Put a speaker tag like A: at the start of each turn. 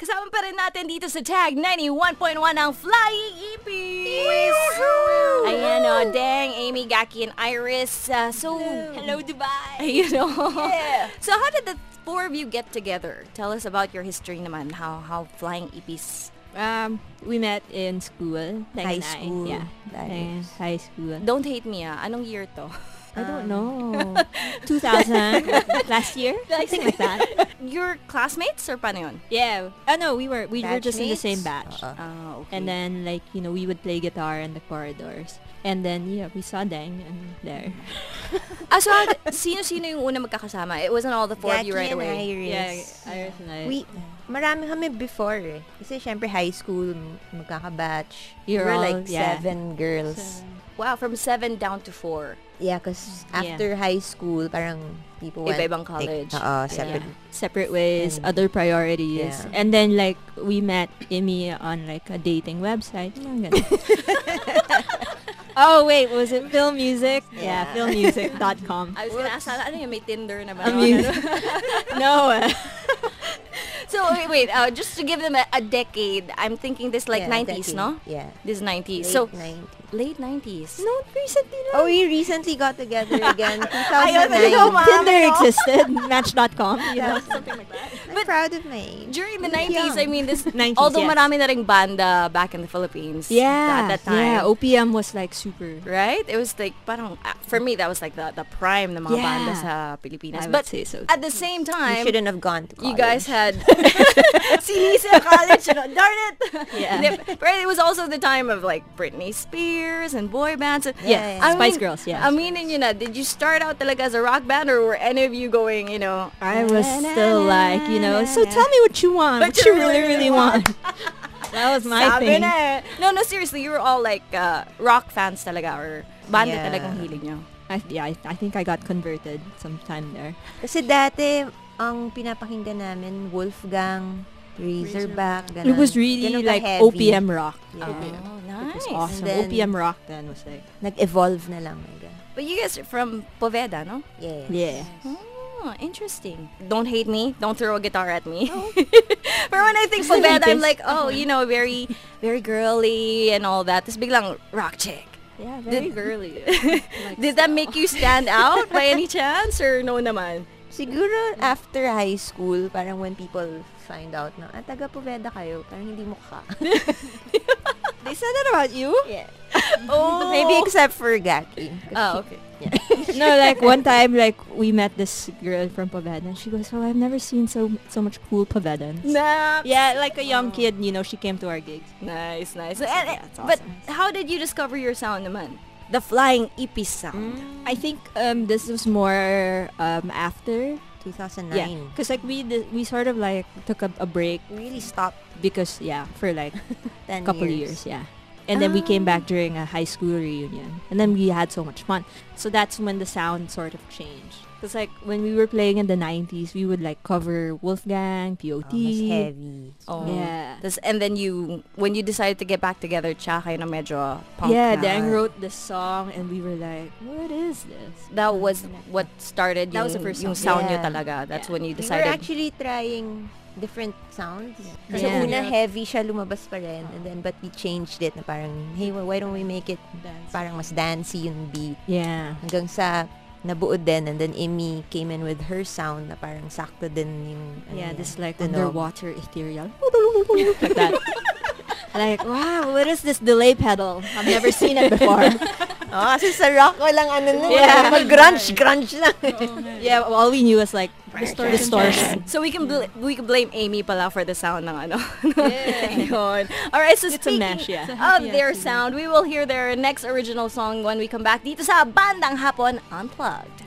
A: Kasama pa rin natin dito sa Tag 91.1 ang Flying Ipis! Ayan o, Deng, Amy, Gaki, and Iris. Uh, so,
B: Hello, Dubai!
A: Ayun o.
B: Yeah.
A: So, how did the four of you get together? Tell us about your history naman, how how Flying E Ipis.
B: Um, we met in school. Teng
A: High
B: and I.
A: school.
B: Yeah. Teng- high school.
A: Don't hate me ah, anong year to?
B: I don't know. 2000 last year, something like that.
A: Your classmates or paano yun?
B: Yeah. Oh no, we were we were just in the same batch.
C: Uh-uh.
A: Ah, okay.
B: And then like you know we would play guitar in the corridors. And then yeah we saw Deng and there.
A: Ah, so, how- sino-sino yung una magkakasama? It wasn't all the four of you right
C: and
A: away.
C: Iris.
B: Yeah, Iris and I.
C: We, marami kami before eh. Kasi syempre high school, m- magkakabatch.
B: You're
C: We're
B: all-
C: like
B: yeah.
C: seven girls.
A: Wow, from seven down to four.
C: Yeah, because
B: Yeah.
C: after high school, parang people went...
A: Iba-ibang
C: take-
A: college.
C: Oo,
B: Uh-uh,
C: separate.
B: Yeah. Separate ways,
A: Mm.
C: And-
B: other priorities.
C: Yeah.
B: And then like we met Amy on like a dating website. Yung ganun. oh wait, was it film music? Yeah,
C: Yeah.
B: filmmusic.com.
A: I was gonna ask, ano yun, may Tinder na ba?
B: I mean, no. eh.
A: So wait, wait uh, just to give them a, a decade, I'm thinking this like
C: Yeah,
A: 90s,
C: decade.
A: no?
C: Yeah.
A: This is 90s.
C: Late
A: so
C: 90s.
A: late 90s.
B: no, recently lang.
C: Oh, we recently got together again. 2009.
B: "Oh
A: Ayun, ma-
B: Tinder existed, Match.com. You know?
C: I'm proud of my age.
A: During the 90s, I mean this
B: 90s,
A: although
B: yes.
A: marami na ring banda back in the Philippines at
B: Yeah,
A: that time.
B: yeah. OPM was like super.
A: Right? It was like parang uh, for me that was like the the prime ng mga
B: Yeah.
A: banda sa Pilipinas.
B: I would
A: But
B: say so.
A: at the same
C: You
A: time,
C: shouldn't have gone to college.
A: you guys had sinisi ang college, you know, darn it.
B: Yeah.
A: Hindi, But it was also the time of like Britney Spears and boy bands. And,
C: Yeah, yeah,
A: I
B: yeah. Spice
A: mean-
B: Girls, yeah.
A: I mean, and you know, did you start out talaga as a rock band or were any of you going, you know,
B: I was still like, you know, so tell me what you want.
A: What
B: What
A: you
B: you really,
A: really
B: really want. That was my
A: sabi
B: thing.
A: na eh. No, no, seriously, you were all like uh, rock fans talaga or banda
C: Yeah.
A: talagang hilig nyo.
B: I, yeah, I, I think I got converted sometime there.
C: Kasi dati, ang pinapakinggan namin, Wolfgang, Razorback, ganun.
B: It was really
C: Ganun
B: like
C: ka-heavy.
B: OPM rock.
C: Yeah.
A: Oh,
B: It was
A: nice.
B: awesome.
C: And then-
B: OPM rock then was like,
C: Nag-evolve na lang. I guess.
A: But you guys are from Poveda, no?
C: Yeah.
B: yeah.
A: Oh, interesting. Don't hate me. Don't throw a guitar at me. Pero when I think Poveda, I'm like, oh, you know, very, very girly and all that. Tapos biglang rock chick.
B: Yeah,
A: very
B: girly.
A: Did that make you stand out by any chance or no naman?
C: Siguro after high school, parang when people find out na, ah, taga Poveda kayo, parang hindi mukha.
B: They said that about you?
C: yeah.
A: Oh,
C: Maybe except for Gaki.
A: Oh, okay.
B: no, like one time, like we met this girl from Poveda, and she goes, "Oh, I've never seen so so much cool Povedans."
A: Nah.
B: Yeah, like a young kid, you know, she came to our gigs.
A: Nice, nice.
B: Yeah,
A: And-
B: it's
A: But
B: awesome.
A: how did you discover your sound naman? The flying EP sound.
C: Mm.
B: I think um, this was more um, after,
C: 2009.
B: yeah, because like we di- we sort of like took a, a break
C: Really stopped
B: because yeah, for like
C: 10
B: a couple years, yeah. And then we came back during a high school reunion, and then we had so much fun. So that's when the sound sort of changed. Cause like when we were playing in the '90s, we would like cover Wolfgang,
C: Oh, mas
B: P.O.T.
C: heavy.
A: Oh.
B: yeah.
A: Tas- and then you, when you decided to get back together, tsaka kayo na medyo punk
B: yeah,
A: na.
B: Dang wrote the song and we were like, what is this?
A: That was what started
B: That was
A: yung-
B: the first
A: yung
B: song.
A: sound nyo
C: Yeah.
A: talaga. That's
B: Yeah.
A: when you
C: We were
A: decided.
C: actually trying different sounds. Kasi
B: Yeah.
C: una, heavy siya, lumabas pa rin. And then, but we changed it na parang, hey, why don't we make it parang mas dancey yung beat.
B: Yeah.
C: Hanggang sa nabuo din and then Amy came in with her sound na parang sakto din yung ano
B: Yeah,
C: niya,
B: this like
C: tunog.
B: underwater ethereal. like that. like, wow, what is this delay pedal? I've never seen it before.
C: Oo,
A: Ah,
C: kasi sa rock walang ano nun.
B: Yeah.
C: Mag grunge, grunge lang.
B: yeah, well, all we knew was like distortion.
A: So we can bl- we can blame Amy pala for the sound ng ano. Yun. All right, so
B: It's a
A: speaking
B: mesh, yeah. It's a
A: of
B: happy
A: their sound,
B: accident.
A: we will hear their next original song when we come back dito sa Bandang Hapon Unplugged.